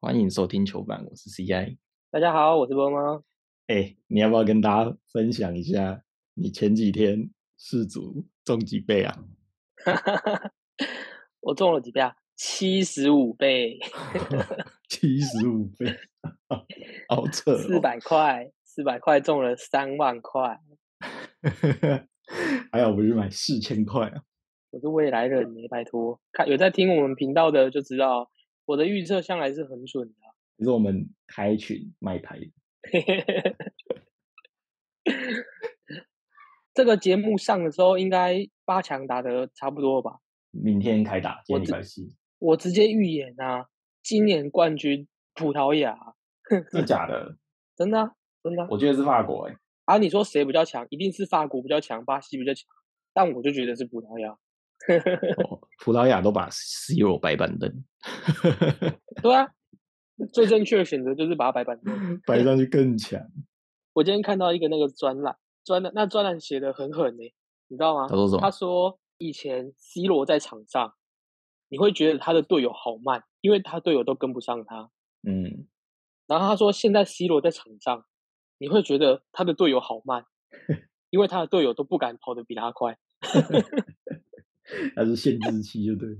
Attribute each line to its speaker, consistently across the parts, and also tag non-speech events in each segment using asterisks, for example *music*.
Speaker 1: 欢迎收听球板，我是 CI。
Speaker 2: 大家好，我是波猫。
Speaker 1: 哎，你要不要跟大家分享一下你前几天世足中几倍
Speaker 2: *laughs*
Speaker 1: 啊？
Speaker 2: 我中了几倍啊？七十五倍，
Speaker 1: 七十五倍， *laughs* 好扯、哦！
Speaker 2: 四百块，四百块中了三万块。
Speaker 1: 还好不是买四千块啊！
Speaker 2: 我是未来人耶，拜托，看有在听我们频道的就知道，我的预测向来是很准的 *laughs* 啊、
Speaker 1: 可是我们开群卖牌，
Speaker 2: 这个节目上的时候，应该八强打得差不多了吧？
Speaker 1: 明天开打，今
Speaker 2: 我
Speaker 1: 天礼
Speaker 2: 只
Speaker 1: 拜四，
Speaker 2: 我直接预言啊，今年冠军葡萄牙，
Speaker 1: 真的假的？
Speaker 2: 真的啊、真的啊。
Speaker 1: 我觉得是法国哎、
Speaker 2: 啊，你说谁比较强？一定是法国比较强，巴西比较强，但我就觉得是葡萄牙。 *laughs*
Speaker 1: 哦葡萄牙都把 C 罗摆板凳，
Speaker 2: 对啊，最正确的选择就是把它摆板凳。
Speaker 1: *laughs* 摆上去更强。
Speaker 2: 我今天看到一个那个专栏，专栏那专栏写的很狠呢、欸你知道吗
Speaker 1: 他？说什
Speaker 2: 他
Speaker 1: 么？
Speaker 2: 说以前 C 罗在场上，你会觉得他的队友好慢，因为他队友都跟不上他。
Speaker 1: 嗯，
Speaker 2: 然后他说现在 C 罗在场上，你会觉得他的队友好
Speaker 1: *laughs*
Speaker 2: 慢，因为他的队友都不敢跑得比他快，
Speaker 1: 他是限制期就对了。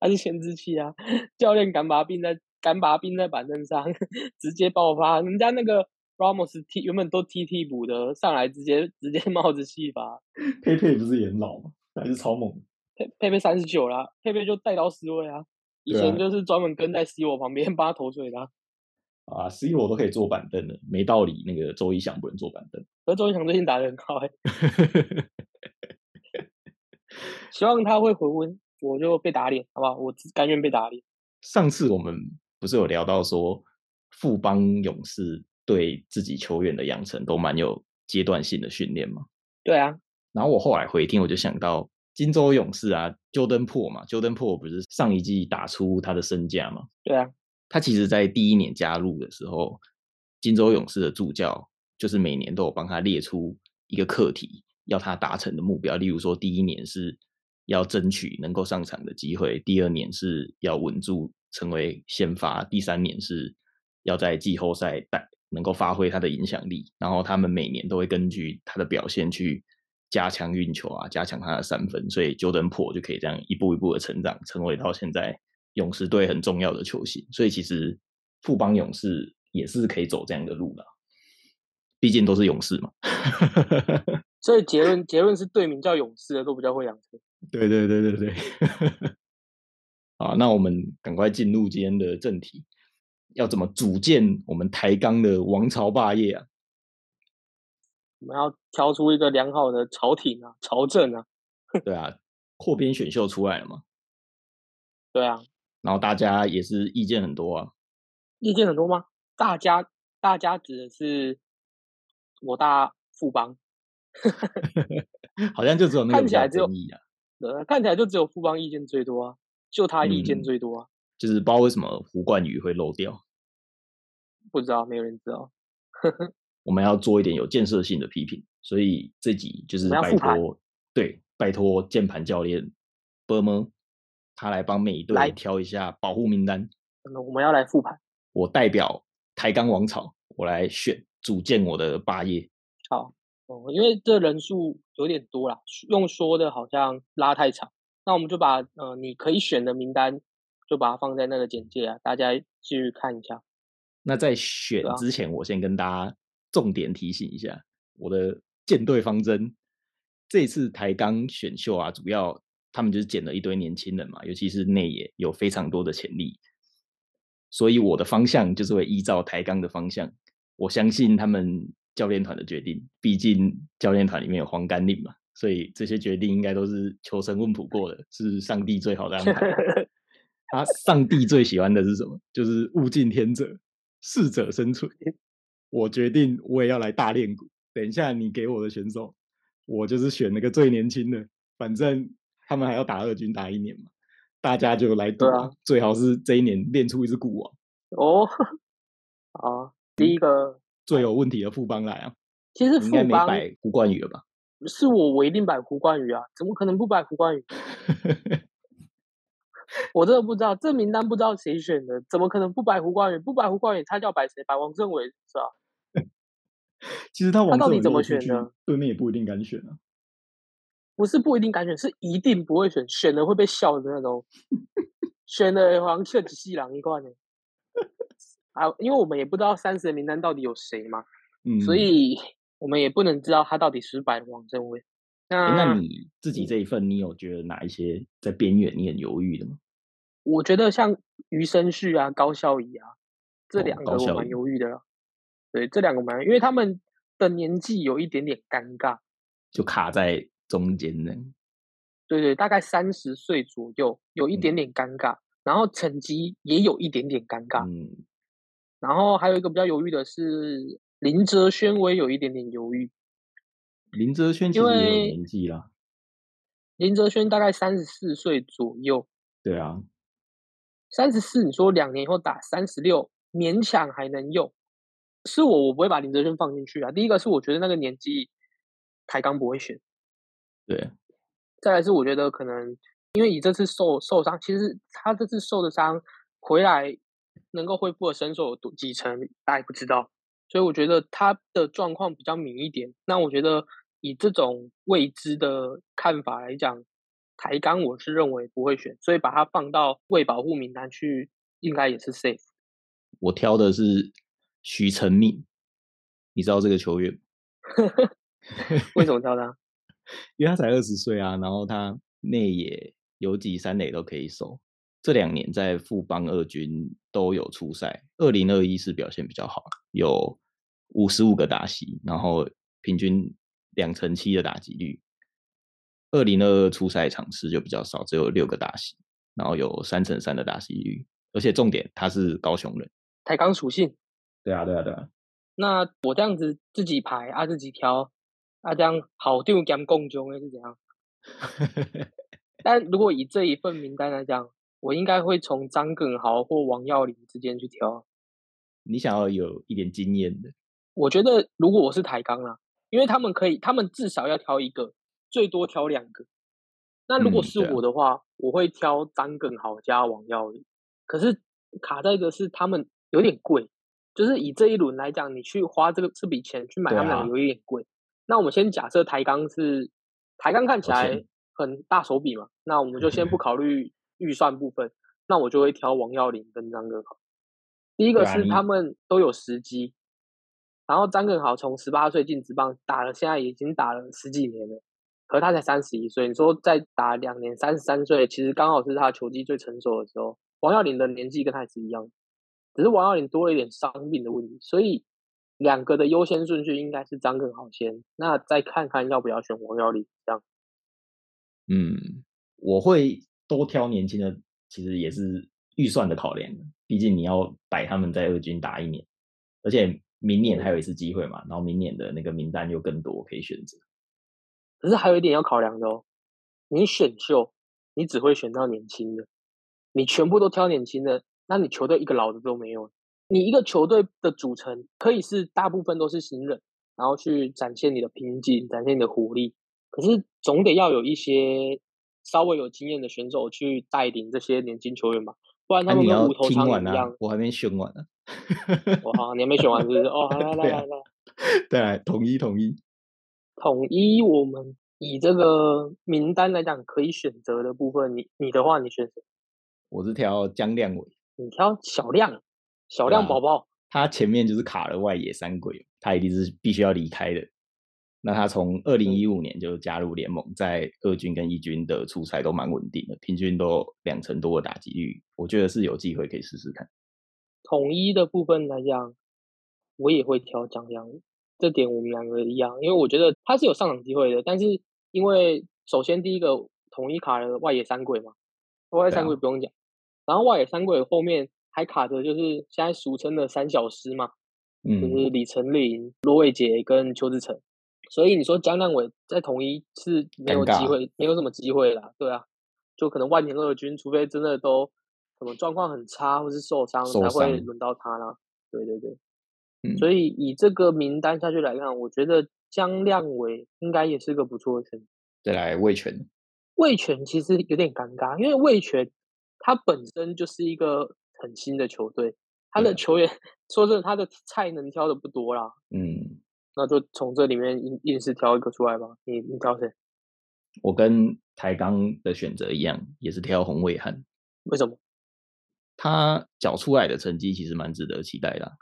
Speaker 2: 他是先知期啊。教练敢把他并在敢把他并在板凳上， *laughs* 直接爆发。人家那个 Ramos 踢原本都踢替补的，上来直接直接 *laughs* 冒着气罚。
Speaker 1: 佩佩不是也很老吗？还是超猛？
Speaker 2: 佩佩佩三十九啦，佩佩就带刀十位啊。以
Speaker 1: 对啊
Speaker 2: 前就是专门跟在 C 罗旁边 *laughs* 帮他投水的、啊，
Speaker 1: 啊，C 罗都可以坐板凳了，没道理那个周一翔不能坐板凳。
Speaker 2: 而周一翔最近打得很好、欸，希望他会回温。我就被打脸，好不好？我只甘愿被打脸。
Speaker 1: 上次我们不是有聊到说，富邦勇士对自己球员的养成都蛮有阶段性的训练嘛。
Speaker 2: 对啊，
Speaker 1: 然后我后来回听，我就想到金州勇士啊，鸠登破嘛，鸠登破不是上一季打出他的身价嘛？
Speaker 2: 对啊，
Speaker 1: 他其实在第一年加入的时候，金州勇士的助教就是每年都有帮他列出一个课题，要他达成的目标。例如说，第一年是要争取能够上场的机会，第二年是要稳住成为先发，第三年是要在季后赛带能够发挥他的影响力。然后他们每年都会根据他的表现去。加强运球啊，加强他的三分，所以 Jordan p o 就可以这样一步一步的成长，成为到现在勇士队很重要的球星，所以其实富邦勇士也是可以走这样的路的啊，毕竟都是勇士嘛。
Speaker 2: 所以结论结论是队名叫勇士的都比较会养成。
Speaker 1: 对对对对对。 *laughs* 好，那我们赶快进入今天的正题，要怎么组建我们台钢的王朝霸业啊？
Speaker 2: 我们要挑出一个良好的朝廷啊、朝政啊，
Speaker 1: 对啊，扩编选秀出来了嘛，
Speaker 2: 对啊，
Speaker 1: 然后大家也是意见很多啊。 *laughs*
Speaker 2: 意见很多吗？大家大家指的是我大富邦，
Speaker 1: 好像就只有那个
Speaker 2: 看
Speaker 1: 比
Speaker 2: 起来
Speaker 1: 较
Speaker 2: 只有
Speaker 1: 争议啊，
Speaker 2: 呃，看起来就只有富邦意见最多啊，就他意见
Speaker 1: 嗯
Speaker 2: 最多啊，
Speaker 1: 就是不知道为什么胡冠宇会漏掉。
Speaker 2: 不知道没有人知道。
Speaker 1: 我们要做一点有建设性的批评，所以这集就是
Speaker 2: 我们要
Speaker 1: 拜
Speaker 2: 复盘
Speaker 1: 托，对，拜托键盘教练波么，他来帮每一队
Speaker 2: 来
Speaker 1: 挑一下保护名单。
Speaker 2: 那我们要来复盘，
Speaker 1: 我代表台钢王朝，我来选组建我的霸业。
Speaker 2: 哦，因为这人数有点多啦，用说的好像拉太长，那我们就把呃你可以选的名单就把它放在那个简介啊，大家去看一下。
Speaker 1: 那在选
Speaker 2: 对啊
Speaker 1: 之前，我先跟大家重点提醒一下我的舰队方针。这一次台钢选秀啊，主要他们就是捡了一堆年轻人嘛，尤其是内野有非常多的潜力，所以我的方向就是会依照台钢的方向。我相信他们教练团的决定，毕竟教练团里面有黄甘令嘛，所以这些决定应该都是求神问卜过的，是上帝最好的安排。啊，上帝最喜欢的是什么？就是物竞天择，适者生存。我决定我也要来大练鼓。等一下你给我的选手，我就是选那个最年轻的，反正他们还要打二军打一年嘛，大家就来赌、
Speaker 2: 对啊
Speaker 1: 最好是这一年练出一只鼓王，
Speaker 2: *laughs* 哦，啊，第一个
Speaker 1: 最有问题的副帮来啊，
Speaker 2: 其
Speaker 1: 嗯
Speaker 2: 实
Speaker 1: 你
Speaker 2: 富
Speaker 1: 应该没
Speaker 2: 邦
Speaker 1: 摆胡冠宇了吧？ *laughs*
Speaker 2: 是我，我一定摆胡冠宇啊，怎么可能不摆胡冠宇？我真的不知道这名单不知道谁选的，怎么可能不摆胡冠宇？不摆胡冠宇，他叫摆谁？摆王政委是吧？
Speaker 1: 其实他王
Speaker 2: 到
Speaker 1: 政
Speaker 2: 底
Speaker 1: 委
Speaker 2: 怎
Speaker 1: 落
Speaker 2: 么
Speaker 1: 出
Speaker 2: 选
Speaker 1: 去
Speaker 2: 的？
Speaker 1: 对面也不一定敢选啊。
Speaker 2: 不是不一定敢选，是一定不会选，选了会被笑的
Speaker 1: *laughs*
Speaker 2: 那种。选了好像确实细狼一块呢。啊，因为我们也不知道三十的名单到底有谁嘛，
Speaker 1: 嗯，
Speaker 2: 所以我们也不能知道他到底是不是摆王政委。
Speaker 1: 嗯诶、
Speaker 2: 那
Speaker 1: 那你自
Speaker 2: 嗯
Speaker 1: 己这一份，你有觉得哪一些在边缘你很犹豫的吗？
Speaker 2: 我觉得像余生旭啊、高孝仪啊，这
Speaker 1: 哦
Speaker 2: 两
Speaker 1: 高
Speaker 2: 个我
Speaker 1: 孝
Speaker 2: 蛮
Speaker 1: 仪
Speaker 2: 犹豫的啦。对，这两个蛮，因为他们的年纪有一点点尴尬。
Speaker 1: 就卡在中间呢？
Speaker 2: 对对，大概三十岁左右，有一点
Speaker 1: 嗯
Speaker 2: 点尴尬，然后成绩也有一点点尴尬，
Speaker 1: 嗯，
Speaker 2: 然后还有一个比较犹豫的是林哲轩，我也有一点点犹豫。
Speaker 1: 林哲轩其
Speaker 2: 因
Speaker 1: 实也有
Speaker 2: 为
Speaker 1: 年纪啦，
Speaker 2: 林哲轩大概三十四岁左右，
Speaker 1: 对啊，
Speaker 2: 三十四，你说两年以后打三十六，勉强还能用。是我，我不会把林哲轩放进去啊。第一个是我觉得那个年纪，台钢不会选；
Speaker 1: 对，
Speaker 2: 再来是我觉得可能因为你这次受受伤，其实他这次受的伤回来能够恢复的身手有多几成，大家也不知道。所以我觉得他的状况比较敏一点。那我觉得以这种未知的看法来讲，台钢我是认为不会选，所以把它放到未保护名单去，应该也是 safe。
Speaker 1: 我挑的是徐成敏，你知道这个球员吗？
Speaker 2: 为什么挑他？
Speaker 1: 因为他才二十岁啊，然后他内野、游击、三垒都可以守。这两年在富邦二军都有出赛，二零二一是表现比较好，有五十五个打席，然后平均两成七的打击率。二零二二出赛场次就比较少，只有六个打席，然后有三成三的打席率，而且重点他是高雄人。
Speaker 2: 台钢属性。
Speaker 1: 对啊，对啊，对啊， *laughs*
Speaker 2: 那我这样子自己排啊，自己挑啊，这样好定兼共中的是怎样？但如果以这一份名单来讲，我应该会从张耿豪或王耀林之间去挑。
Speaker 1: 你想要有一点经验的，
Speaker 2: 我觉得如果我是台钢啦，因为他们可以，他们至少要挑一个，最多挑两个。那如果
Speaker 1: 嗯
Speaker 2: 是
Speaker 1: 对啊
Speaker 2: 我的话，我会挑张耿豪加王耀林。可是卡在的是他们有点贵，就是以这一轮来讲，你去花这个这笔钱去买
Speaker 1: 对
Speaker 2: 他们两
Speaker 1: 啊
Speaker 2: 个有一点贵。那我们先假设台钢是台钢看起
Speaker 1: 有
Speaker 2: 来
Speaker 1: 钱
Speaker 2: 很大手笔嘛，那我们就先不考虑预算部分，那我就会挑王耀林跟张耿豪。第一个
Speaker 1: 对啊
Speaker 2: 是
Speaker 1: 你
Speaker 2: 他们都有时机，然后张耿豪从十八岁进职棒打了，现在已经打了十几年了，可是他才三十一岁，你说再打两年，三十三岁，其实刚好是他球技最成熟的时候。王耀林的年纪跟他也是一样，只是王耀林多了一点伤病的问题，所以两个的优先顺序应该是张耿豪先，那再看看要不要选王耀林这样。
Speaker 1: 嗯，我会多挑年轻的，其实也是预算的考量的。毕竟你要摆他们在二军打一年，而且明年
Speaker 2: 嗯
Speaker 1: 还有一次机会嘛，然后明年的那个名单又更多可以选择。
Speaker 2: 可是还有一点要考量的哦，你选秀，你只会选到年轻的，你全部都挑年轻的，那你球队一个老的都没有。你一个球队的组成可以是大部分都是新人，然后去展现你的拼劲，展现你的活力。可是总得要有一些稍微有经验的选手去带领这些年轻球员吧，不然
Speaker 1: 那、
Speaker 2: 他
Speaker 1: 啊
Speaker 2: 们
Speaker 1: 你
Speaker 2: 跟
Speaker 1: 要
Speaker 2: 无头
Speaker 1: 听
Speaker 2: 苍
Speaker 1: 完
Speaker 2: 蝇一
Speaker 1: 啊
Speaker 2: 样。， *laughs*
Speaker 1: 我还没选完呢、 *laughs*
Speaker 2: 我好，你还没选完是不是？哦，好来来
Speaker 1: 对啊
Speaker 2: 来来，
Speaker 1: 对啊，统一统一。
Speaker 2: 统一我们以这个名单来讲，可以选择的部分，你你的话，你选谁？
Speaker 1: 我是挑江亮伟，
Speaker 2: 你挑小亮，小
Speaker 1: 对
Speaker 2: 亮
Speaker 1: 啊
Speaker 2: 宝宝，
Speaker 1: 他前面就是卡了外野三鬼，他一定是必须要离开的。那他从二零一五年就加入联盟，在二军跟一军的出赛都蛮稳定的，平均都有两成多的打击率，我觉得是有机会可以试试看。
Speaker 2: 统一的部分来讲，我也会挑江亮，这点我们两个一样，因为我觉得他是有上场机会的，但是因为首先第一个统一卡了外野三鬼嘛，外野
Speaker 1: 对
Speaker 2: 三
Speaker 1: 啊
Speaker 2: 鬼不用讲，然后外野三鬼后面还卡着就是现在俗称的三小狮嘛，就
Speaker 1: 嗯，
Speaker 2: 是李成林、罗伟杰跟邱志成。所以你说江亮伟在统一是
Speaker 1: 尴
Speaker 2: 没有机
Speaker 1: 尬
Speaker 2: 会，没有什么机会啦，对啊，就可能万年二军，除非真的都什么状况很差或是受伤，
Speaker 1: 受
Speaker 2: 才会
Speaker 1: 伤
Speaker 2: 轮到他啦。对对对，
Speaker 1: 嗯
Speaker 2: 所以以这个名单下去来看，我觉得江亮伟应该也是个不错的选择。
Speaker 1: 再来魏权，
Speaker 2: 魏权其实有点尴尬，因为魏权他本身就是一个很新的球队，他的
Speaker 1: 对啊
Speaker 2: 球员 *laughs* 说真的，他的菜能挑的不多啦，
Speaker 1: 嗯，
Speaker 2: 那就从这里面硬硬是挑一个出来吧。你你挑谁？
Speaker 1: 我跟台钢的选择一样，也是挑洪伟汉。
Speaker 2: 为什么？
Speaker 1: 他缴出来的成绩其实蛮值得期待的啊、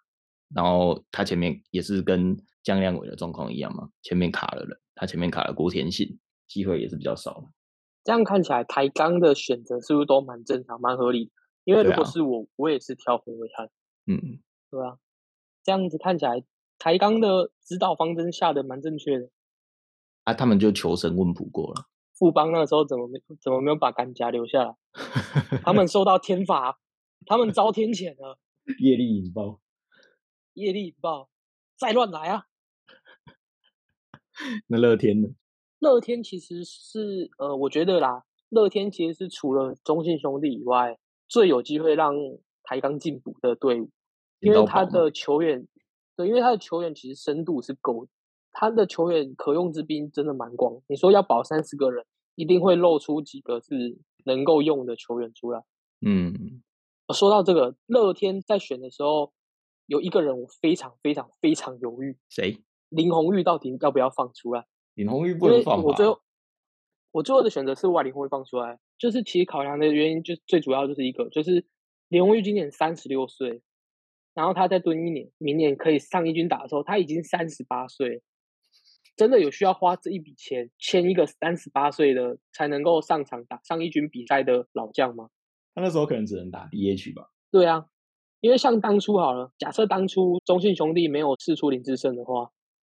Speaker 1: 然后他前面也是跟江亮伟的状况一样嘛，前面卡了人，他前面卡了郭天信，机会也是比较少了。
Speaker 2: 这样看起来台钢的选择是不是都蛮正常、蛮合理的？因为
Speaker 1: 对
Speaker 2: 如果
Speaker 1: 啊
Speaker 2: 是我，我也是挑洪伟汉，
Speaker 1: 嗯，
Speaker 2: 对吧、这样子看起来，台钢的指导方针下的蛮正确的。
Speaker 1: 啊，他们就求神问卜过了，
Speaker 2: 富邦那时候怎么没怎么没有把甘家留下来？他们受到天罚，他们遭天谴了，
Speaker 1: 业力引爆。
Speaker 2: 业力引爆，再乱来啊！
Speaker 1: 那乐天呢？
Speaker 2: 乐天其实是呃，我觉得啦，乐天其实是除了中信兄弟以外，最有机会让台钢进步的队伍，
Speaker 1: 捡
Speaker 2: 因为
Speaker 1: 到
Speaker 2: 他
Speaker 1: 宝吗
Speaker 2: 的球员，对，因为他的球员其实深度是够的，他的球员可用之兵真的蛮广。你说要保三十个人，一定会露出几个是能够用的球员出来。
Speaker 1: 嗯，
Speaker 2: 哦说到这个，乐天在选的时候，有一个人我非常非常非常犹豫，
Speaker 1: 谁？
Speaker 2: 林红玉到底要不要放出来？
Speaker 1: 林红玉
Speaker 2: 因
Speaker 1: 不
Speaker 2: 为
Speaker 1: 能放
Speaker 2: 我最
Speaker 1: 吧？
Speaker 2: 后我最后的选择是我把林红玉放出来，就是其实考量的原因就最主要就是一个，就是林红玉今年三十六岁，然后他再蹲一年，明年可以上一军打的时候，他已经三十八岁了，真的有需要花这一笔钱签一个三十八岁的才能够上场打上一军比赛的老将吗？
Speaker 1: 他那时候可能只能打 DH 吧。
Speaker 2: 对啊，因为像当初好了，假设当初中信兄弟没有试出林志胜的话，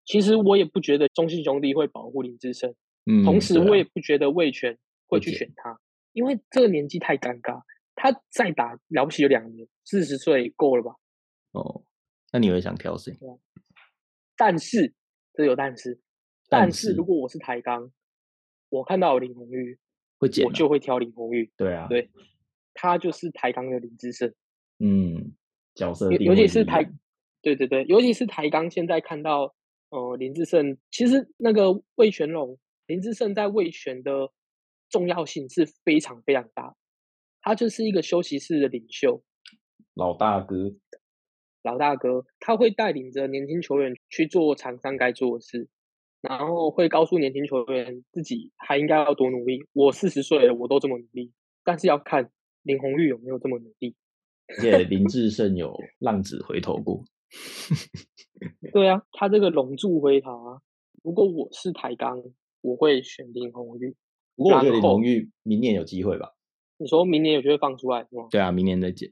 Speaker 2: 其实我也不觉得中信兄弟会保护林志胜，
Speaker 1: 嗯，
Speaker 2: 同时
Speaker 1: 对啊
Speaker 2: 我也不觉得魏权会
Speaker 1: 会
Speaker 2: 去
Speaker 1: 捡
Speaker 2: 选他，因为这个年纪太尴尬，他再打了不起就两年，四十岁够了吧？
Speaker 1: 哦，那你会想挑谁？
Speaker 2: 但是这有但是，
Speaker 1: 但
Speaker 2: 但是
Speaker 1: 是
Speaker 2: 如果我是台钢，我看到有林红玉，
Speaker 1: 会捡、
Speaker 2: 我
Speaker 1: 啊？
Speaker 2: 就会挑林红玉，
Speaker 1: 对啊，
Speaker 2: 对他就是台钢的林志胜。
Speaker 1: 嗯，角色
Speaker 2: 尤
Speaker 1: 定
Speaker 2: 尤
Speaker 1: 位
Speaker 2: 其是
Speaker 1: 不一
Speaker 2: 台
Speaker 1: 样，
Speaker 2: 对对对，尤其是台钢现在看到呃林志胜，其实那个魏全龙林志胜在魏全的重要性是非常非常大的，他就是一个休息室的领袖
Speaker 1: 老大哥，
Speaker 2: 老大哥，他会带领着年轻球员去做场上该做的事。然后会告诉年轻球员自己还应该要多努力。我四十岁了，我都这么努力，但是要看林红玉有没有这么努力。
Speaker 1: 而且林志胜有浪子回头过。
Speaker 2: 对啊，他这个龙柱回塔啊，如果我是台钢，我会选林红玉。
Speaker 1: 不过我觉得
Speaker 2: 然
Speaker 1: 林
Speaker 2: 后
Speaker 1: 红玉明年有机会吧？
Speaker 2: 你说明年有机会放出来是吗？
Speaker 1: 对啊，明年再捡。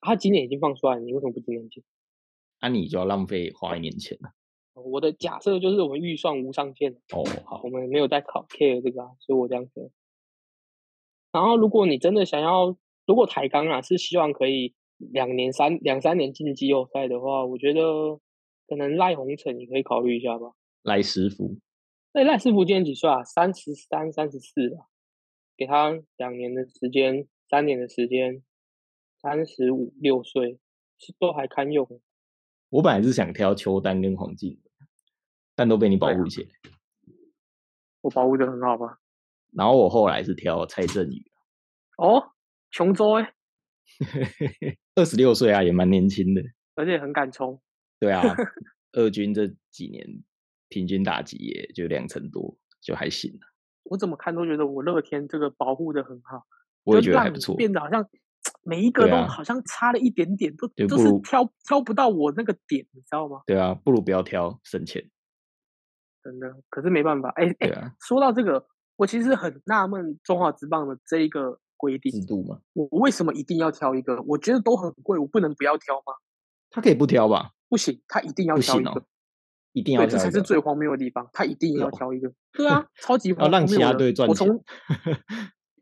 Speaker 2: 他今年已经放出来了，你为什么不今年进？
Speaker 1: 那、啊你就要浪费花一年钱了。
Speaker 2: 我的假设就是我们预算无上限，
Speaker 1: 哦，好
Speaker 2: 我，们没有在考 care 这个啊，所以我这样觉得。然后，如果你真的想要，如果台钢啊是希望可以两年三两三年进季后赛的话，我觉得可能赖鸿成你可以考虑一下吧。
Speaker 1: 赖师傅，
Speaker 2: 那赖师傅今年几岁啊？三十三、三十四了，给他两年的时间，三年的时间，三十五六岁是都还堪用。
Speaker 1: 我本来是想挑邱丹跟黄敬伟，但都被你保
Speaker 2: 啊
Speaker 1: 护起来。
Speaker 2: 我保护的很好吧？
Speaker 1: 然后我后来是挑蔡振宇，啊
Speaker 2: 哦，琼州哎、
Speaker 1: 二十六岁啊，也蛮年轻的。
Speaker 2: 而且很敢冲。
Speaker 1: 对
Speaker 2: *laughs*
Speaker 1: 啊，二军这几年平均打击也就两成多，就还行啊、
Speaker 2: 我怎么看都觉得我乐天这个保护的很好，
Speaker 1: 我也
Speaker 2: 就
Speaker 1: 觉得还
Speaker 2: 让
Speaker 1: 不
Speaker 2: 你
Speaker 1: 错。
Speaker 2: 变得好像每一个
Speaker 1: 对
Speaker 2: 都
Speaker 1: 啊
Speaker 2: 好像差了一点点，都
Speaker 1: 对
Speaker 2: 都
Speaker 1: 不
Speaker 2: 是
Speaker 1: 如
Speaker 2: 挑挑不到我那个点，你知道吗？
Speaker 1: 对啊，不如不要挑，省钱。
Speaker 2: 真的，可是没办法。哎、哎、
Speaker 1: 对啊，
Speaker 2: 说到这个，我其实很纳闷中华职棒的这一个规定。
Speaker 1: 制度嘛，
Speaker 2: 我为什么一定要挑一个？我觉得都很贵，我不能不要挑吗？
Speaker 1: 他可以不挑吧？
Speaker 2: 不行，他一定要
Speaker 1: 不
Speaker 2: 挑
Speaker 1: 行
Speaker 2: 一个，
Speaker 1: 哦，一定要挑
Speaker 2: 对，这
Speaker 1: 一
Speaker 2: 才是
Speaker 1: 个
Speaker 2: 最荒谬的地方，他一定
Speaker 1: 是
Speaker 2: 要
Speaker 1: 哦
Speaker 2: 挑一个。对啊，超级
Speaker 1: *laughs* 要
Speaker 2: 荒谬
Speaker 1: 让
Speaker 2: 的。
Speaker 1: 其他队赚
Speaker 2: 我
Speaker 1: 钱 *laughs*
Speaker 2: 从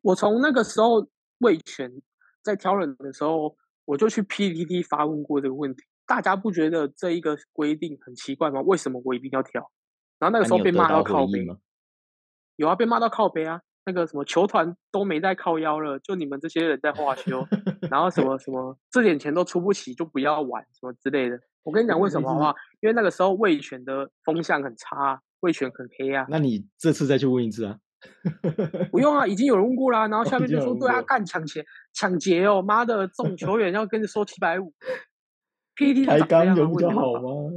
Speaker 2: 我从那个时候魏权在挑人的时候，我就去 PPT 发问过这个问题，大家不觉得这一个规定很奇怪吗？为什么我一定要挑？然后
Speaker 1: 那
Speaker 2: 那个
Speaker 1: 你
Speaker 2: 时候
Speaker 1: 有
Speaker 2: 被
Speaker 1: 得
Speaker 2: 骂
Speaker 1: 到回
Speaker 2: 靠
Speaker 1: 应
Speaker 2: 背，
Speaker 1: 吗？ *laughs*
Speaker 2: 有啊，被骂到靠背啊。那个什么球团都没在靠腰了，就你们这些人在
Speaker 1: *laughs*
Speaker 2: 化休，然后什么什么这点钱都出不起，就不要玩什么之类的。我跟你讲为什么好不好？因为那个时候魏权的风向很差，魏权很黑啊。
Speaker 1: 那你这次再去问一次啊？
Speaker 2: 不用啊，已经有人问过啦。然后下面就
Speaker 1: 已经有
Speaker 2: 说
Speaker 1: 人
Speaker 2: 对啊，
Speaker 1: 问过
Speaker 2: 干抢劫抢劫哦，妈的，这种球员要跟你收七百五。PPT
Speaker 1: 抬杠有
Speaker 2: 有
Speaker 1: 比较好？吗？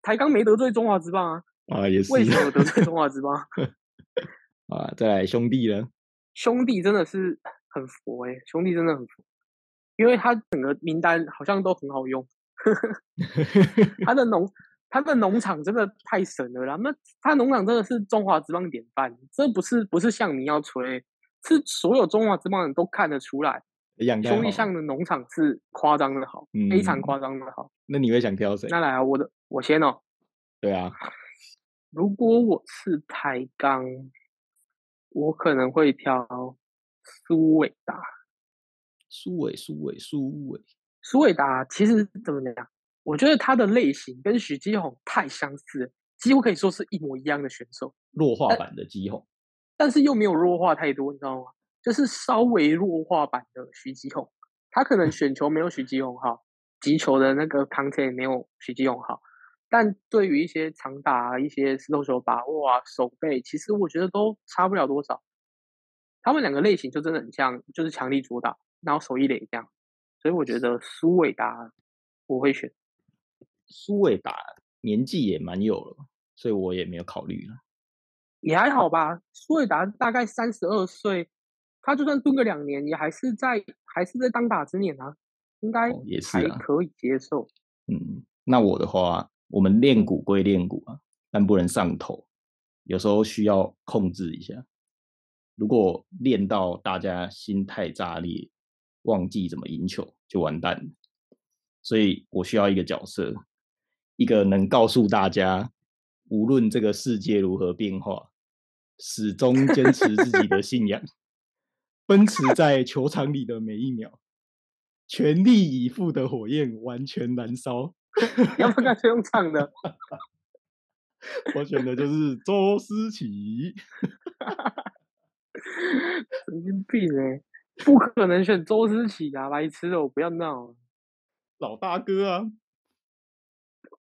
Speaker 2: 台钢没得罪中华职棒啊，
Speaker 1: 啊，也是
Speaker 2: 为什么有得罪中华职棒？
Speaker 1: 啊，再来兄弟了，
Speaker 2: 兄弟真的是很佛哎、兄弟真的很佛，因为他整个名单好像都很好用， *laughs* 他的农他的农场真的太神了啦！那他农场真的是中华职棒典范，这不是不是像你要吹，是所有中华职棒人都看得出来，
Speaker 1: 养太
Speaker 2: 兄
Speaker 1: 好
Speaker 2: 弟
Speaker 1: 了
Speaker 2: 象的农场是夸张的好，非常
Speaker 1: 嗯
Speaker 2: 夸张的好。
Speaker 1: 那你会想挑谁？
Speaker 2: 那来啊，我的我先哦，
Speaker 1: 对啊，
Speaker 2: 如果我是台钢，我可能会挑苏伟达。
Speaker 1: 苏伟，苏伟，苏伟，
Speaker 2: 苏伟达其实怎么讲？我觉得他的类型跟许基宏太相似了，几乎可以说是一模一样的选手，
Speaker 1: 弱
Speaker 2: 呃
Speaker 1: 化版的基宏，
Speaker 2: 但是又没有弱化太多，你知道吗？就是稍微弱化版的许基宏，他可能选球没有许基宏好，击球的那个 content 没有许基宏好，但对于一些长打啊、一些石头球把握啊、手背，其实我觉得都差不了多少。他们两个类型就真的很像，就是强力主打，然后手一垒这样，所以我觉得苏伟达我会选。
Speaker 1: 苏伟打年纪也蛮有了，所以我也没有考虑了。
Speaker 2: 也还好吧。苏伟达大概三十二岁，他就算蹲个两年，也还是在还是在当打之年啊，应该
Speaker 1: 哦也是
Speaker 2: 还
Speaker 1: 啊
Speaker 2: 可以接受。
Speaker 1: 嗯，那我的话，我们练股归练股啊，但不能上头，有时候需要控制一下。如果练到大家心态炸裂，忘记怎么赢球，就完蛋了。所以我需要一个角色，一个能告诉大家，无论这个世界如何变化，始终坚持自己的信仰， *laughs* 奔驰在球场里的每一秒，全力以赴的火焰完全燃烧。
Speaker 2: 要不干脆用唱
Speaker 1: *laughs*
Speaker 2: 的，
Speaker 1: 我选的就是周思齐，
Speaker 2: 神经病哎、不可能选周思齐啊，白痴哦、不要闹了。
Speaker 1: 老大哥啊，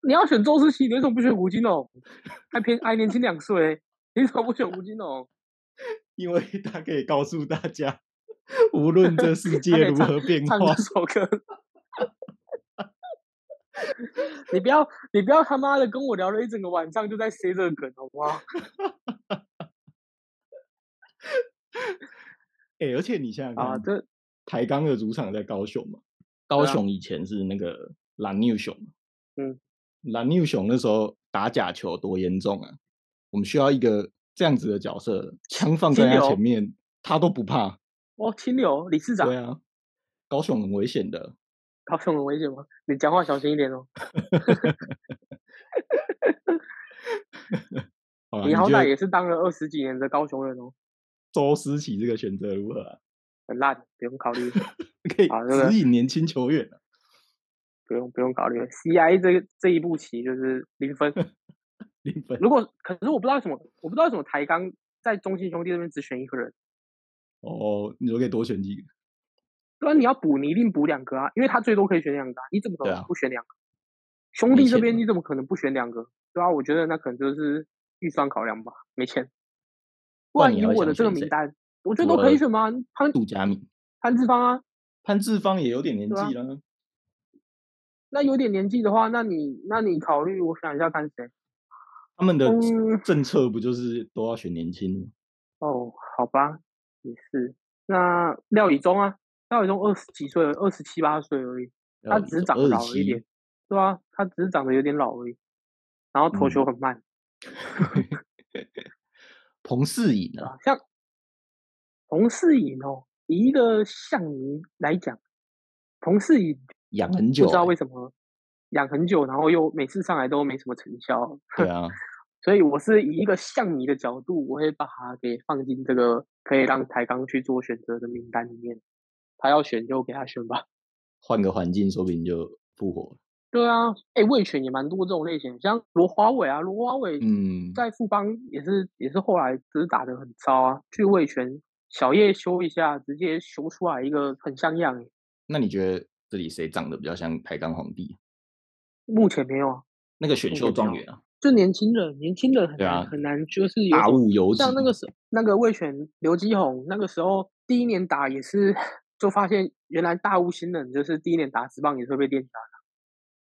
Speaker 2: 你要选周思齐，你为什么不选胡金龙？还偏还年轻两岁、欸你怎么不选胡哦
Speaker 1: *laughs*
Speaker 2: 金龙？
Speaker 1: 因为他可以告诉大家，无论这 *laughs* 世
Speaker 2: 可
Speaker 1: 界
Speaker 2: 以
Speaker 1: 如何变
Speaker 2: 唱
Speaker 1: 化
Speaker 2: 这，首歌。 *laughs* 你不要，你不要他妈的跟我聊了一整个晚上，就在塞这个梗，好
Speaker 1: *laughs*
Speaker 2: 不好？
Speaker 1: 哎、而且你想想看，
Speaker 2: 啊，这
Speaker 1: 台钢的主场在高雄嘛，高
Speaker 2: 对啊
Speaker 1: 雄以前是那个蓝牛熊，
Speaker 2: 嗯，
Speaker 1: 蓝牛熊那时候打假球多严重啊！我们需要一个这样子的角色，枪放
Speaker 2: 金
Speaker 1: 在他
Speaker 2: 牛
Speaker 1: 前面，他都不怕。
Speaker 2: 哦，清流理事长
Speaker 1: 对，啊，高雄很危险的，
Speaker 2: 高雄很危险吗？你讲话小心一点哦，
Speaker 1: 好啦
Speaker 2: 你好
Speaker 1: 啊觉
Speaker 2: 歹
Speaker 1: 得
Speaker 2: 也是当了二十几年的高雄人哦，
Speaker 1: 周思齐这个选择如何、啊？
Speaker 2: 很烂，不用考虑，
Speaker 1: 可以
Speaker 2: 好这个
Speaker 1: 指引年轻球员、啊。
Speaker 2: 不用不用考虑。CI 这个这一步棋就是
Speaker 1: *laughs*
Speaker 2: 零分，
Speaker 1: 林本
Speaker 2: 如果可是我不知道为什么，我不知道为什么台钢在中信兄弟那边只选一个人，
Speaker 1: 哦，你就可以多选几个。
Speaker 2: 对啊，你要补你一定补两个啊，因为他最多可以选两个、啊，你怎么可
Speaker 1: 对
Speaker 2: 能
Speaker 1: 啊
Speaker 2: 不选两个？兄
Speaker 1: 没
Speaker 2: 弟这
Speaker 1: 钱啊
Speaker 2: 边
Speaker 1: 嘛
Speaker 2: 你怎么可能不选两个？对啊，我觉得那可能就是预算考量吧，没钱。不
Speaker 1: 那
Speaker 2: 然
Speaker 1: 你
Speaker 2: 以
Speaker 1: 还会
Speaker 2: 我
Speaker 1: 想
Speaker 2: 的这个
Speaker 1: 选
Speaker 2: 名
Speaker 1: 谁
Speaker 2: 单，我觉得
Speaker 1: 除
Speaker 2: 都可以
Speaker 1: 了
Speaker 2: 选吗？潘
Speaker 1: 杜佳敏、
Speaker 2: 潘志芳啊，
Speaker 1: 潘志芳也有点年
Speaker 2: 对啊
Speaker 1: 纪了，
Speaker 2: 那有点年纪的话，那你那你考虑，我想一下看谁。
Speaker 1: 他们的
Speaker 2: 嗯，
Speaker 1: 政策不就是都要选年轻的？
Speaker 2: 哦，好吧，也是。那廖以中啊，廖以中二十几岁了，二十七八岁而已，他只是长得
Speaker 1: 二
Speaker 2: 老了一点，对啊，他只是长得有点老而已，然后投球
Speaker 1: 嗯
Speaker 2: 很慢，
Speaker 1: 彭世颖
Speaker 2: 对
Speaker 1: 啊，
Speaker 2: 吧？像彭世颖哦，以一个象迷来讲，彭世颖
Speaker 1: 养很久、
Speaker 2: 不知道
Speaker 1: 欸
Speaker 2: 为什么养很久，然后又每次上来都没什么成效，
Speaker 1: 对啊，
Speaker 2: 所以我是以一个象迷的角度，我会把它给放进这个可以让台钢去做选择的名单里面。他要选就给他选吧。
Speaker 1: 换个环境说不定就复活了。
Speaker 2: 对啊，哎，卫权也蛮多这种类型，像罗华伟啊，罗华伟
Speaker 1: 嗯，
Speaker 2: 在富邦也是、也是后来只是打得很糟啊，去卫权小叶修一下，直接修出来一个很像样欸。
Speaker 1: 那你觉得这里谁长得比较像台钢皇帝？
Speaker 2: 目前没有啊，
Speaker 1: 那个选
Speaker 2: 目
Speaker 1: 秀
Speaker 2: 前没
Speaker 1: 状
Speaker 2: 有
Speaker 1: 元啊，
Speaker 2: 就年轻人，年轻人很
Speaker 1: 对
Speaker 2: 难、
Speaker 1: 啊
Speaker 2: 很难，就是有
Speaker 1: 大
Speaker 2: 种
Speaker 1: 物游
Speaker 2: 像
Speaker 1: 击
Speaker 2: 那个时候那个魏权刘基宏那个时候第一年打也是， *laughs* 就发现原来大雾新人就是第一年打直棒也是会被垫下的，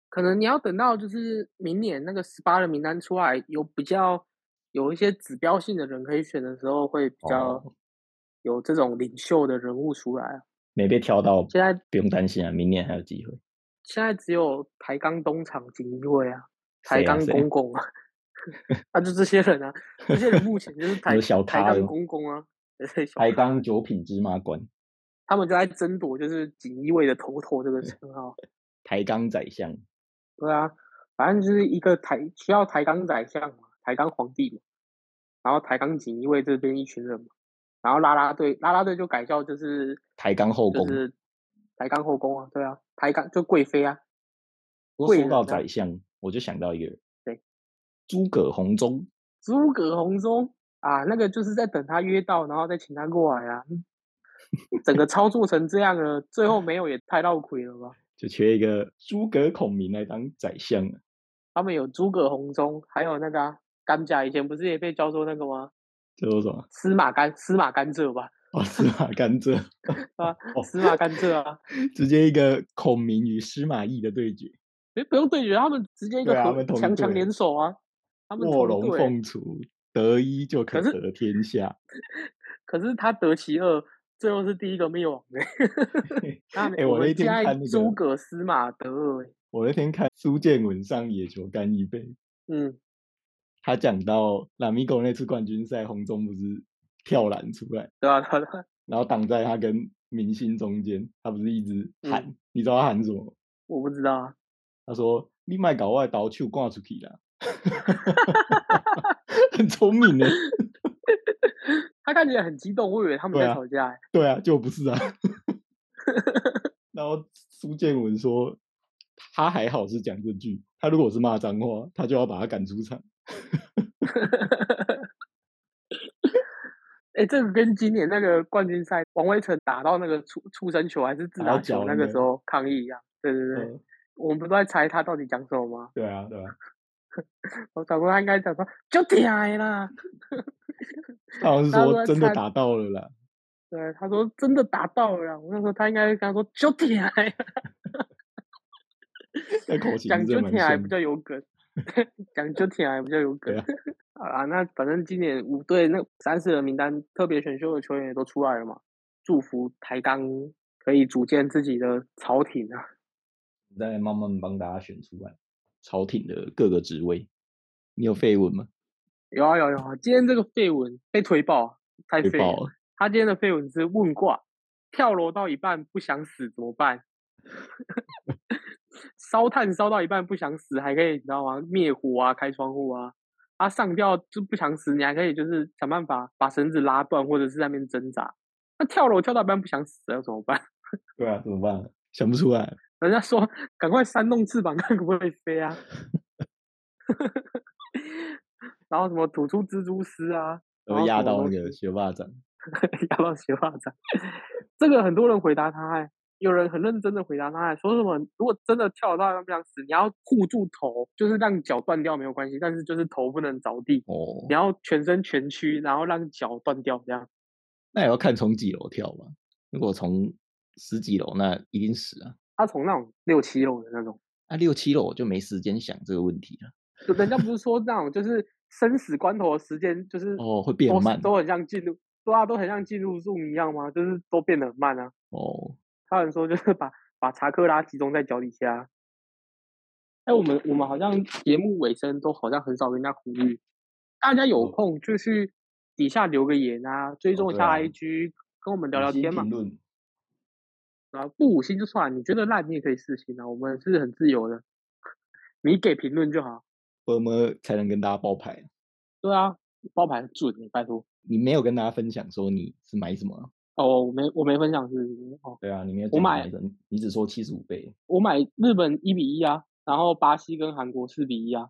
Speaker 2: 可能你要等到就是明年那个十八的名单出来，有比较有一些指标性的人可以选的时候，会比较
Speaker 1: 哦
Speaker 2: 有这种领袖的人物出来啊。
Speaker 1: 没被挑到，
Speaker 2: 现在
Speaker 1: 不用担心啊，明年还有机会。
Speaker 2: 现在只有台钢东厂锦衣卫啊，台
Speaker 1: 谁啊
Speaker 2: 钢
Speaker 1: 谁啊
Speaker 2: 公公啊， *laughs* 啊就这些人啊，这些人目前就是
Speaker 1: *laughs*
Speaker 2: 台
Speaker 1: 有小
Speaker 2: 台
Speaker 1: 咖
Speaker 2: 钢
Speaker 1: 哟
Speaker 2: 公公啊，对小
Speaker 1: 台
Speaker 2: 咖
Speaker 1: 钢九品芝麻官，
Speaker 2: 他们就在争夺就是锦衣卫的头头这个称号。
Speaker 1: 台钢宰相，
Speaker 2: 对啊，反正就是一个台需要台钢宰相嘛，台钢皇帝嘛，然后台钢锦衣卫这边一群人嘛，然后啦啦队啦啦队就改叫就是
Speaker 1: 台钢后宫
Speaker 2: 就。是台钢后宫啊，对啊，台钢就贵妃啊，
Speaker 1: 不过
Speaker 2: 贵
Speaker 1: 说到
Speaker 2: 人啊
Speaker 1: 宰相，我就想到一个人，
Speaker 2: 谁，
Speaker 1: 诸葛红忠，
Speaker 2: 诸葛红忠啊，那个就是在等他约到，然后再请他过来啊。整个操作成这样了，最后没有也太闹鬼了吧？
Speaker 1: 就缺一个诸葛孔明来当宰相啊。
Speaker 2: 他们有诸葛红忠，还有那个啊甘甲，以前不是也被叫做那个吗？
Speaker 1: 叫做什么？
Speaker 2: 司马甘，司马甘蔗吧？
Speaker 1: 哦，司马甘蔗， *laughs*
Speaker 2: 啊，
Speaker 1: 哦
Speaker 2: 司马甘蔗啊，
Speaker 1: 直接一个孔明与司马懿的对决，
Speaker 2: 诶不用对决，他们直接一个
Speaker 1: 对啊他
Speaker 2: 合
Speaker 1: 们同
Speaker 2: 强强
Speaker 1: 队
Speaker 2: 联手啊，他们
Speaker 1: 卧
Speaker 2: 同
Speaker 1: 龙
Speaker 2: 队。
Speaker 1: 凤雏，得一就可
Speaker 2: 可是
Speaker 1: 得天下。
Speaker 2: 可是他得其二，最后是第一个灭亡
Speaker 1: *laughs*
Speaker 2: 的。那
Speaker 1: 诶我那
Speaker 2: 们
Speaker 1: 天
Speaker 2: 加一
Speaker 1: 看那
Speaker 2: 诸
Speaker 1: 个
Speaker 2: 葛司马得二欸，
Speaker 1: 我那天看苏建文上野球干一杯，
Speaker 2: 嗯，
Speaker 1: 他讲到拉米狗那次冠军赛，红中不是跳篮出来，
Speaker 2: 对啊？对啊对啊，
Speaker 1: 然后挡在他跟明星中间，他不是一直
Speaker 2: 嗯
Speaker 1: 喊，你知道他喊什么吗？
Speaker 2: 我不知道啊。
Speaker 1: 他说：“你卖搞外倒手挂出去啦。” *laughs* 很聪明的，
Speaker 2: 他看起来很激动，我以为他们
Speaker 1: 对
Speaker 2: 在
Speaker 1: 啊
Speaker 2: 吵架、欸。
Speaker 1: 对啊，就不是啊。 *laughs* 然后苏建文说，他还好是讲这句，他如果是骂脏话，他就要把他赶出场。
Speaker 2: 哎、这个跟今年那个冠军赛王威成打到那个触触身球还是自
Speaker 1: 打到
Speaker 2: 打球
Speaker 1: 脚
Speaker 2: 那
Speaker 1: 那
Speaker 2: 个
Speaker 1: 个
Speaker 2: 时候抗议一样。对对对，
Speaker 1: 嗯，
Speaker 2: 我们不都在猜他到底讲什么吗？
Speaker 1: 对啊，对啊，
Speaker 2: 我想说他应该讲说就点啦，
Speaker 1: 他好像是
Speaker 2: 大家都
Speaker 1: 说
Speaker 2: 在
Speaker 1: 真的
Speaker 2: 猜
Speaker 1: 打到了啦，
Speaker 2: 对，他说真的达到了啦。我那时候他应该跟他说就啊点啦，
Speaker 1: 那口型
Speaker 2: *laughs* 讲
Speaker 1: 是
Speaker 2: 就
Speaker 1: 真的蛮
Speaker 2: 点还
Speaker 1: 像
Speaker 2: 比
Speaker 1: 的。
Speaker 2: 较有梗， *laughs* 讲就点还比较有梗
Speaker 1: 对啊。
Speaker 2: *laughs* 好啦，那反正今年五队那三四人名单特别选秀的球员也都出来了嘛，祝福台钢可以组建自己的朝廷啊。
Speaker 1: 再慢慢帮大家选出来朝廷的各个职位。你有绯闻吗？
Speaker 2: 有啊有啊有啊，今天这个绯闻被推爆，啊太
Speaker 1: 被
Speaker 2: 废
Speaker 1: 爆
Speaker 2: 了。
Speaker 1: 了，
Speaker 2: 他今天的绯闻是问卦，跳楼到一半不想死怎么办？ *laughs* 烧炭烧到一半不想死，还可以你知道吗？灭火啊，开窗户啊。啊，上吊就不想死，你还可以就是想办法把绳子拉断，或者是在那边挣扎。那跳楼跳到一半不想死要怎么办？ *laughs*
Speaker 1: 对啊，怎么办？想不出来。
Speaker 2: 人家说赶快扇动翅膀，看可不可以飞啊。 *laughs* 然后什么吐出蜘蛛丝啊，
Speaker 1: 然
Speaker 2: 然
Speaker 1: 后
Speaker 2: 后
Speaker 1: 压
Speaker 2: 什么
Speaker 1: 到那
Speaker 2: 东
Speaker 1: 个学霸长，
Speaker 2: *laughs* 要不要学霸掌？这个很多人回答他、欸，有人很认真的回答他、欸，说什么如果真的跳到那不想死，你要护住头，就是让脚断掉没有关系，但是就是头不能着地，
Speaker 1: 哦
Speaker 2: 你，要全身全屈，然后让脚断掉这样。
Speaker 1: 那也要看从几楼跳吧。如果从十几楼，那一定死啊。
Speaker 2: 他从那种六七楼的那种，
Speaker 1: 啊，六七楼我就没时间想这个问题了。
Speaker 2: 就人家不是说那种就是生死关头的时间，就是
Speaker 1: 哦，会变
Speaker 2: 都是
Speaker 1: 慢
Speaker 2: 都很像进入，对啊，都很像进入 Zoom 一样吗？就是都变得很慢啊。
Speaker 1: 哦。
Speaker 2: 他们说就是把把查克拉集中在脚底下。哎，我们我们好像节目尾声都好像很少跟人家呼吁，大家有
Speaker 1: 哦
Speaker 2: 空就去底下留个言啊，追踪一
Speaker 1: 对
Speaker 2: 下
Speaker 1: 啊
Speaker 2: IG，、跟我们聊
Speaker 1: 五
Speaker 2: 聊
Speaker 1: 星
Speaker 2: 天嘛
Speaker 1: 评。论
Speaker 2: 啊，不五星就算了，你觉得烂你也可以四星啊，我们是很自由的，你给评论就好。
Speaker 1: 我们才能跟大家爆牌。
Speaker 2: 对啊，包盘准，欸拜托。
Speaker 1: 你没有跟大家分享说你是买什么啊、
Speaker 2: 哦，我没我没分享是不是哦，
Speaker 1: 对啊，你没有
Speaker 2: 我
Speaker 1: 讲
Speaker 2: 买
Speaker 1: 你买什么，你只说七十五倍。
Speaker 2: 我买日本一比一啊，然后巴西跟韩国四比一啊。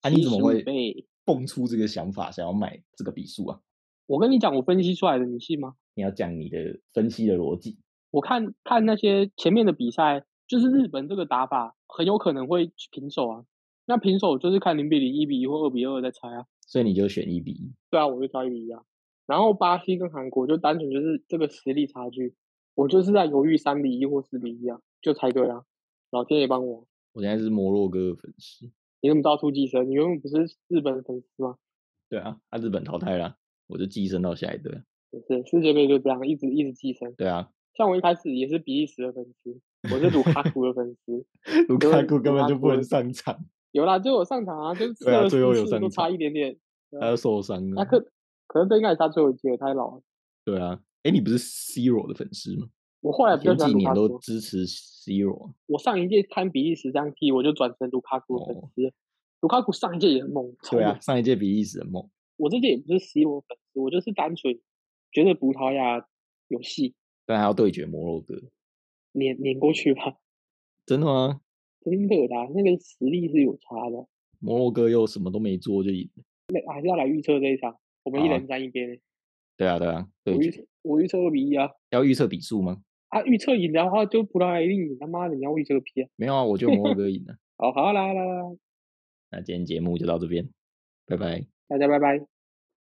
Speaker 1: 啊，你怎么
Speaker 2: 75
Speaker 1: 会
Speaker 2: 倍
Speaker 1: 蹦出这个想法，想要买这个笔数啊？
Speaker 2: 我跟你讲，我分析出来的，你信吗？
Speaker 1: 你要讲你的分析的逻辑。
Speaker 2: 我看看那些前面的比赛，就是日本这个打法很有可能会去平手啊。那平手就是看零比零、一比一或二比二再猜啊。
Speaker 1: 所以你就选一比一。
Speaker 2: 对啊，我就猜一比一啊。然后巴西跟韩国就单纯就是这个实力差距，我就是在犹豫三比一或四比一啊，就猜对了啊。老天爷帮我，
Speaker 1: 我现在是摩洛哥的粉丝。
Speaker 2: 你怎么到处寄生？你原本不是日本粉丝吗？
Speaker 1: 对啊，啊日本淘汰了，我就寄生到下一队啊。
Speaker 2: 也是世界杯就这样，一直一直寄生。
Speaker 1: 对啊，
Speaker 2: 像我一开始也是比利时的粉丝，我是卢卡库的粉丝，
Speaker 1: 卢
Speaker 2: 对
Speaker 1: 卡库根
Speaker 2: 卢
Speaker 1: 本
Speaker 2: 卡
Speaker 1: 就不
Speaker 2: 库
Speaker 1: 能上场，
Speaker 2: 有啦，最后有上场啊，就是
Speaker 1: 对啊
Speaker 2: 射了
Speaker 1: 最后
Speaker 2: 四
Speaker 1: 有
Speaker 2: 次
Speaker 1: 上
Speaker 2: 都差
Speaker 1: 场
Speaker 2: 一点点。对
Speaker 1: 他
Speaker 2: 啊
Speaker 1: 要受伤
Speaker 2: 那
Speaker 1: 了。
Speaker 2: 可可能这应该也是他最后一届了，太老了。
Speaker 1: 对啊，哎，你不是 Zero 的粉丝吗？
Speaker 2: 我后来
Speaker 1: 我
Speaker 2: 比较
Speaker 1: 前
Speaker 2: 喜
Speaker 1: 几
Speaker 2: 欢啊卢
Speaker 1: 年
Speaker 2: 卡
Speaker 1: 都
Speaker 2: 库，
Speaker 1: 支持 Zero 啊。
Speaker 2: 我上一届看比利时这样踢，我就转成卢卡库的粉
Speaker 1: 哦
Speaker 2: 丝。卢卡库上一届也很猛，超
Speaker 1: 对
Speaker 2: 猛
Speaker 1: 啊，。上一届比利时很猛。
Speaker 2: 我这届也不是 C 罗粉丝，我就是单纯觉得葡萄牙有戏
Speaker 1: 但还要对决摩洛哥，
Speaker 2: 碾碾过去吧，
Speaker 1: 真的吗？
Speaker 2: 真的啦，那个实力是有差的。
Speaker 1: 摩洛哥又什么都没做就赢了。
Speaker 2: 那还是要来预测这一场，我们一
Speaker 1: 好啊
Speaker 2: 人站一边。
Speaker 1: 对啊，对啊，
Speaker 2: 我
Speaker 1: 对决
Speaker 2: 预测我预测二比一啊！
Speaker 1: 要预测比数吗？
Speaker 2: 啊，预测赢的话就葡萄牙一定赢，他妈的你要预测个屁啊！
Speaker 1: 没有啊，我觉得摩洛哥赢了。
Speaker 2: 好好啦啦啦，
Speaker 1: 那今天节目就到这边，拜拜。
Speaker 2: 大家拜拜。